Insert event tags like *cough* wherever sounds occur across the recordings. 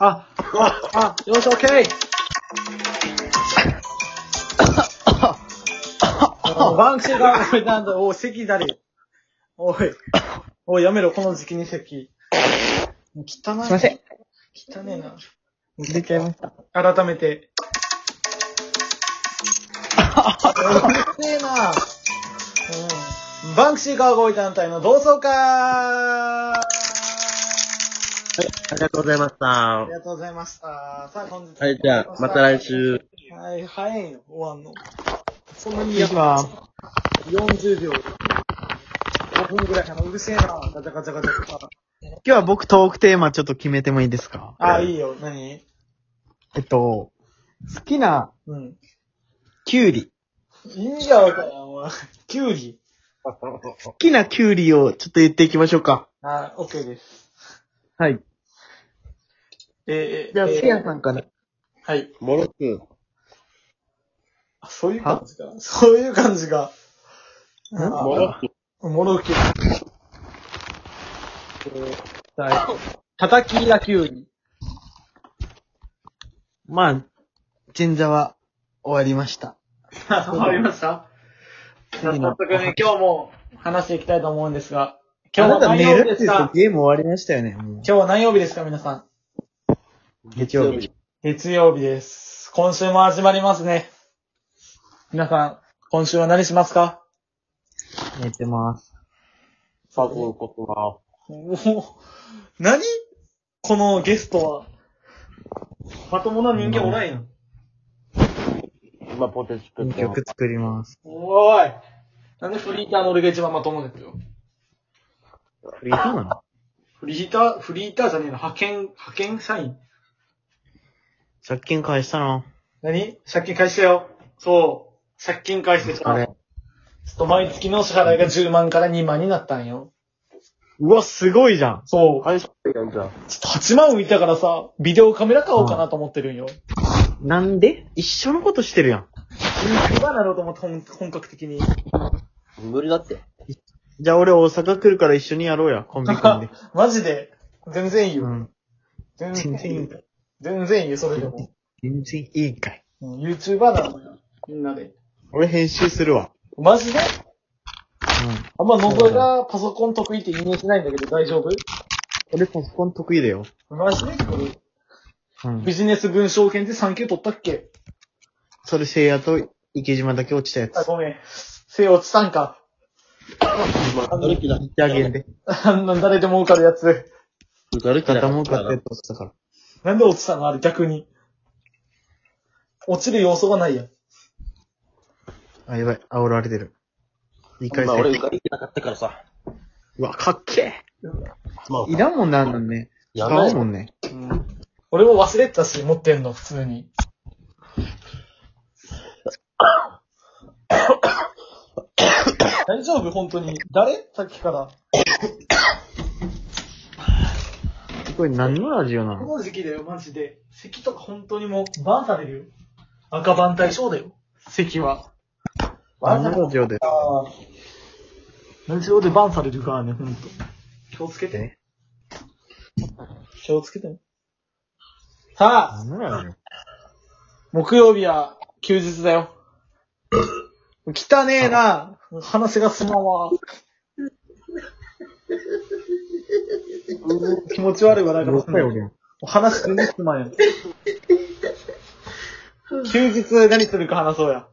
あ、あ、よし、オッケーバンクシーが、なんだ、おい、咳だり。おい、おい、やめろ、この時期に咳。もう汚い。すいません。汚ねえな。出ちゃいました。改めて。うるせえな。うん。バンクシー川越団体の同窓会あありがとうございました。りはがとうございました。さあ、本日。い、じゃあ、また来。週。はい、早いよ、終わんの。そんなに失礼します。 40秒。5分ぐらいかな。うるせえな。ガチャガチャガチャガチャ。今日は僕トークテーマちょっと決めてもいいですかあ、いいよ。何えっと、好きなうん。キュウリ。意味がわからんわ。キュウリ。好きなキュウリをちょっと言っていきましょうか。あ、オッケーです。はい。えー、えーじゃあ、えースキヤさんから。はい。もろく。あそういう感じか。そういう感じが。あもろく。もろき。えーはい。叩き焼きゅうり。まあ、前座は終わりました。わかりました。じゃあ、い早いな速ね、今日も話していきたいと思うんですが、今日あなはた何寝曜日るでってす言うかとゲーム終わりましたよね、もう。今日は何曜日ですか、皆さん。月曜日。。月曜日です。今週も始まりますね。皆さん、今週は何しますか寝てます。さあ、ということは。おぉ、何このゲストは。まともな人間おらんやん。今、ポテチ食ってます曲。作ります。おーい。なんでフリーターの俺が一番まともですよ。フリートなのフリーター、フリーターじゃねえの、派遣、派遣社員。借金返したな。何借金返してよ。そう。借金返してさ。あれちょっと毎月の支払いが10万から2万になったんよ。うわ、すごいじゃん。そう。返してやんじゃちん。ょっと8万浮いたからさ、ビデオカメラ買おうかなと思ってるんよ。なんで一緒のことしてるやん。 YouTuber なろうと思って本本格的に。無理だって。じゃあ俺大阪来るから一緒にやろうや、コンビ組ん *laughs* で。マジで。全然いいよ。うん。全全然然いいいいんよか。い。全然いいよ、それでも。全然いいんかい。うん YouTuber なのよ。みんなで。俺編集するわ。マジでうん。あんま、のぞがパソコン得意って言いしないんだけど大丈夫俺パソコン得意だよ。マジでうん。ビジネス文章研で3級取ったっけそれ聖夜と池島だけ落ちたやつ。あ、ごめん。背落ちたんか。今、誰きだ。じゃあげんで。あんなん誰でも受かるやつ。誰きだ。頭を買って落ちたから。なんで落ちたのあれ逆に。落ちる要素がないやん。あ、やばい。煽られてる。一回まあ、俺、受戦。かりきなかったからさ。うわ、かっけまえ。いらんもんなんなんね。使やばういも。んね。俺も忘れてたし、持ってんの、普通に。大丈夫本当に。誰さっきから。これ何のラジオなこのの時期だよ、マジで。咳とか本当にもう、バンされるよ。赤番対象だよ。咳は。何のラジオですああ。ラジオでバンされるからね、ほんと。気をつけて。え気をつけてね。さあ、何のラジオ木曜日は休日だよ。汚ねえな。話が進まんわ。うー気持ち悪いわ、だか6回ら。俺。お話全然進まんよ。休日何するか話そうや。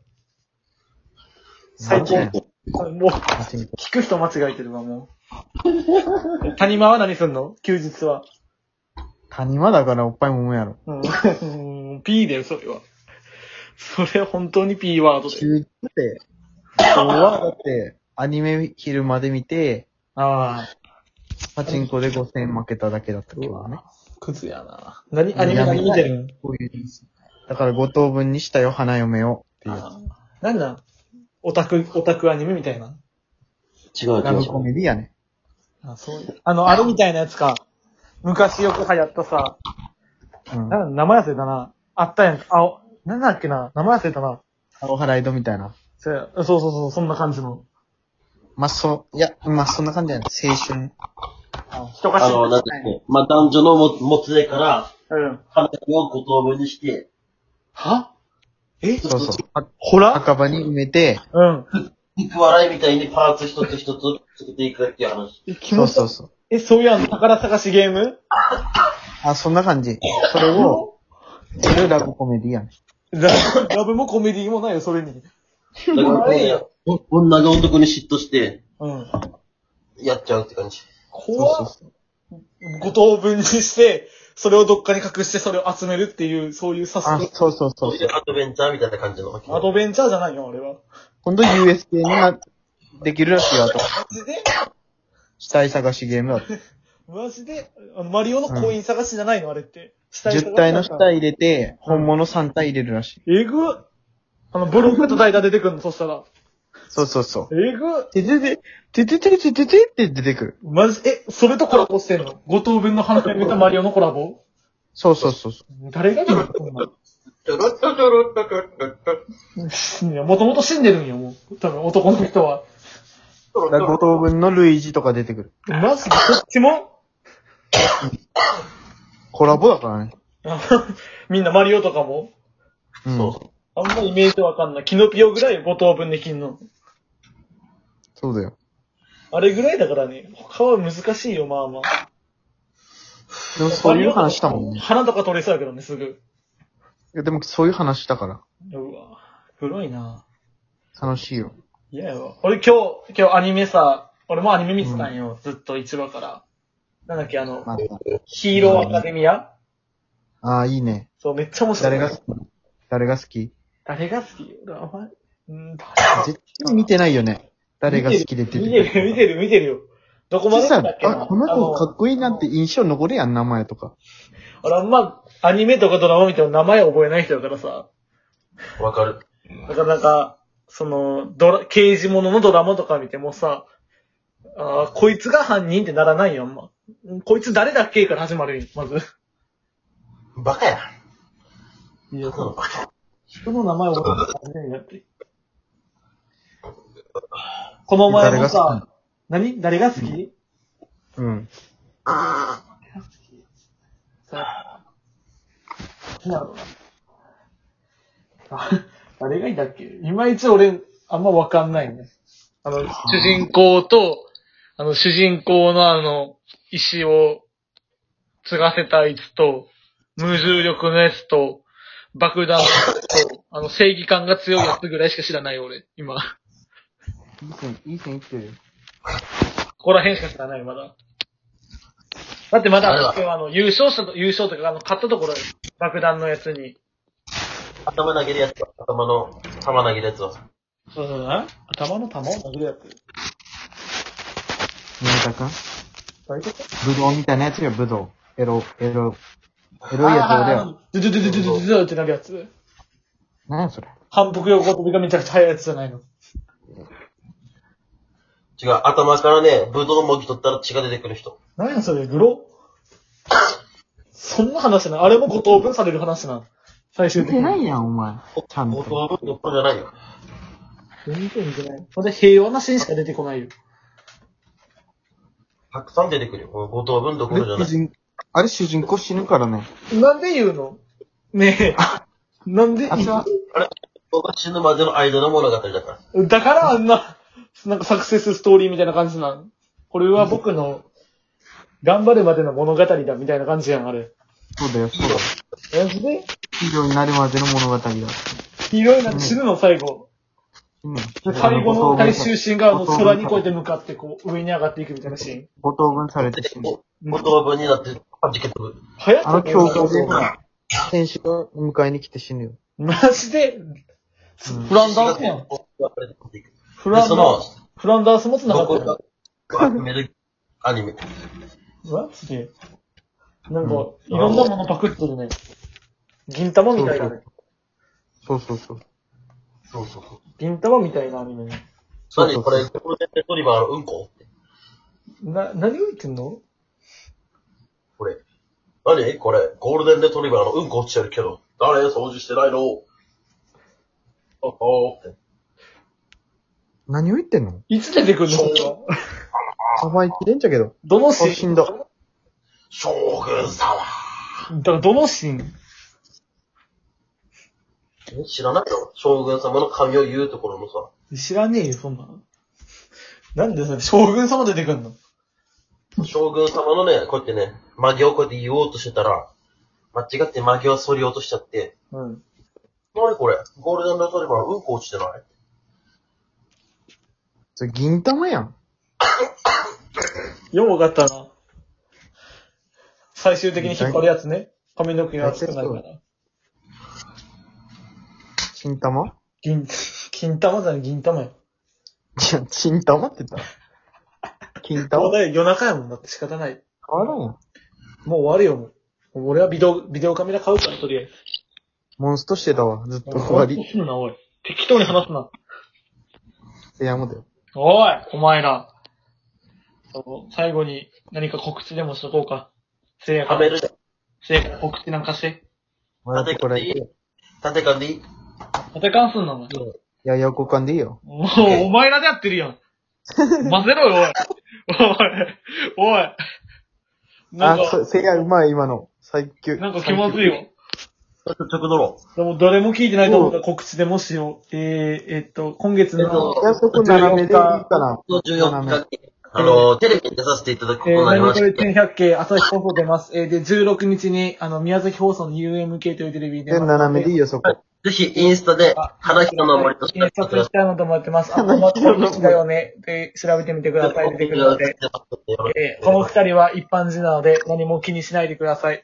最高。マジでもう、マジで聞く人間違えてるわ、もう。谷間は何すんの休日は。谷間だからおっぱいもむやろ。うん。P だよ、それは。それは本当に P ワードで。休日って、今日はだって、アニメ昼まで見て、ああ、パチンコで5000円負けただけだったけどね。クズやな。何、アニメ何見てるんこういうだから5等分にしたよ、花嫁を。っていう。ああなんなんオタク、オタクアニメみたいな。違うラブ違コう。メディやね。あ、そういう。あの、あれみたいなやつか。昔よく流行ったさ、うん。なんだ名前忘れたな。あったやんか。あお、なんだっけな。名前忘れたな。お払い戸みたいな。そうやそうそうそう、そんな感じの。まあ、そう、いや、まあ、そんな感じやね。青春。人があ死の、んなんだっけ。まあ、男女のも、もつれから、うん。花火を五等分にして、はえそうそう。あほら赤羽に埋めて、うん。肉笑いみたいにパーツ一つ一つ作っていくっていう話。え気そ持うちそうそう。え、そういうあの、宝探しゲームあ、そんな感じ。それを、それをラブコメディやん。ララブもコメディもないよ、それに。だからね、女が男に嫉妬して、うん。やっちゃうって感じ。怖そうっそうそう。五等分にして、それをどっかに隠して、それを集めるっていう、そういうサスあ、ペンそうそうそう。アドベンチャーみたいな感じの。アドベンチャーじゃないよ、俺は。今度 USJ にな、できるらしいわと。マジで死体探しゲーム *laughs* だって。マジであの、マリオのコイン探しじゃないの、あれって。死体探し10体の死体入れて、本物3体入れるらしい。えぐっあの、ブロックと代打出てくんの、そしたら。そうそうそう。えぐっででで、ででででででって出てくる。マジ、え、それとコラボしてんの五等分の花嫁とマリオのコラボそうそうそうそう。誰が見るこんなのいや、もともと死んでるんよ、もう。多分、男の人は。だ5等分の類似とか出てくる。マジで、そっちもコラボだからね。あみんなマリオとかもうん。そそううあんまイメージわかんない。キノピオぐらい5等分できんの。だよ。あれぐらいだからね、他は難しいよ、まあまあ。でもそういう話したもんね。花とか取れそうやけどね、すぐ。いやでもそういう話したから。うわ黒いな楽しいよ。いやよ。俺今日、今日アニメさ、俺もアニメ見てたんよ、ずっと一話から。なんだっけ、あの、まヒーローアカデミアた。ああ、いいね。そう、めっちゃ面白い。誰が好き誰が好き誰が好き俺、あんまり、うん、誰絶対見てないよね。誰が好きで出て見てる、見てる、見てる見てるよ。どこまでさだっ、けなあ、この子かあっこいいなって印象残るやん、名前とか。の俺あんま、アニメとかドラマ見ても名前覚えない人だからさ。わかる。だからなんか、その、ドラ、刑事物のドラマとか見てもさ、ああ、こいつが犯人ってならないよ、あんま。うんこいつ誰だっけから始まるよ、まず。バカや。いや、そう。人の名前覚えてないなって。この前も誰がさ、何誰が好き、うん。さ、なんだろうな。あ誰がいいんだっけいまいち俺、あんまわかんないね。あの、主人公と、あの、主人公のあの、石を継がせたあいつと、無重力のやつと、爆弾のやつ *laughs* と、あの、正義感が強いやつぐらいしか知らないよ俺、今。いい線、いい線いってるよ。ここら辺しか知らない、まだ。だってまあれだは、今日あの、優勝したと、優勝とか、あの、勝ったところ、爆弾のやつに。頭投げるやつは、頭の、玉投げるやつは。そうそうな。頭の玉を殴るやつ。宮田くん大丈夫ブドウみたいなやつよ、ブドウ。エロ、エロ。エロいやつ俺よ。ドゥドゥドゥドゥドゥドゥドゥってなるやつ。何やそれ。反復横跳びがめちゃくちゃ速いやつじゃないの。違う、頭からね、ブドウもぎ取ったら血が出てくる人。何やそれ、グロそんな話なのあれも五等分される話なの最終見的てなに。いやん、お前。ちゃん五と。等分どころじゃないよ。全然じゃない。ほんで平和なシーンしか出てこないよ。たくさん出てくるよ。この五等分どこあれろじゃ主ない。人、あれ主人公死ぬからね。なんで言うのねえ。なんであれは、あれ僕が死ぬまでの間の物語だから。だからあんな、なんかサクセスストーリーみたいな感じなん。これは僕の、頑張るまでの物語だみたいな感じやん、あれ。そうだよ、そうだよ。え、で、ヒーローになるまでの物語だ。いろいろ死ぬの、最後。うん。最後の大衆シーンが、あの、空にこうやって向かって、こう、上に上がっていくみたいなシーン。五等分されて死ぬ。五等分になって、はじけ飛ぶ。早あのく教会で、選手が迎えに来て死ぬよ。マジで、うんフランダースやん。で、フランダそーのス、、フランダースもつながどってるこが。、集めるアニメ。うわ、すげえ。なんかう、いろんなものパクってるね。銀玉みたいなね。そうそうそう。そうそうそう。銀玉みたいなアニメね。そうそ何うこそうれ、この辺でトリバーのうんこな、何を言ってんのこれ。何これ、ゴールデンレトリバーのうんこ落ちてるけど、誰掃除してないのおおって。何を言ってんのいつ出てくるのこれは甘いきれんじゃけど。どのあ、シ死ーンんだ。将軍様だからどのシーンえ知らないよ。将軍様の髪を言うところのさ。知らねえよ、そんなの。なんでさ、将軍様出てくんの将軍様のね、こうやってね、曲げをこうやって言おうとしてたら、間違って曲げを反り落としちゃって、うん。なにこれゴールデンレトリバーのうんこ落ちてないそれ銀玉やん。よう分かったな。最終的に引っ張るやつね。髪の毛が熱くなるから。金玉銀、金玉だね、銀玉よ。いや、金玉って言 *laughs* ったら。金もう玉だよ夜中やもんだって仕方ない。変わらんやん。もう終わるよ、もう。もう俺はビデオ、ビデオカメラ買うから、とりあえず。モンストしてたわ。ずっと終わり。するな、おい。適当に話すな。せやもだよ。おい、お前ら。そう最後に何か告知でもしとこうか。せいやかはらめる。せいやから告知なんかして。もらってこれ。い縦感でいい縦関数なのや、横交換でいいよ。もう、お前らでやってるやん。混ぜろよ、 *laughs* おい。おい、おい。なあん、か、そせや、うまい、今の。最強。なんか気まずいよ。直ドロでも誰も聞いてないと思うから告知でもしよう。えー、えっと、今月えっのと、最強。いや、そこ斜めでいいから。の14日に、あの、テレビに出させていただくこえとになりー、まこしれて、 1100系朝日放送出ます。えー、で、16日に、あの、宮崎放送の UMK というテレビに出で、ます。斜めでいいよ、そこ。ぜひインスタで、花広の森として検索したいなと思ってます。あ、この人だよね。で、調べてみてください。出てくるので。えー、この二人は一般人なので、何も気にしないでください。ツ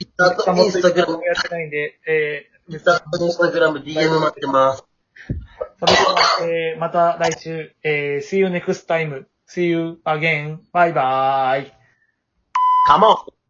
イッターとインスタグラム、やってないんで、えツイッターとインスタグラム DM 待ってます。ー、それでは、えー、また来週、えー、see you next time, see you again, bye bye. 玉を振って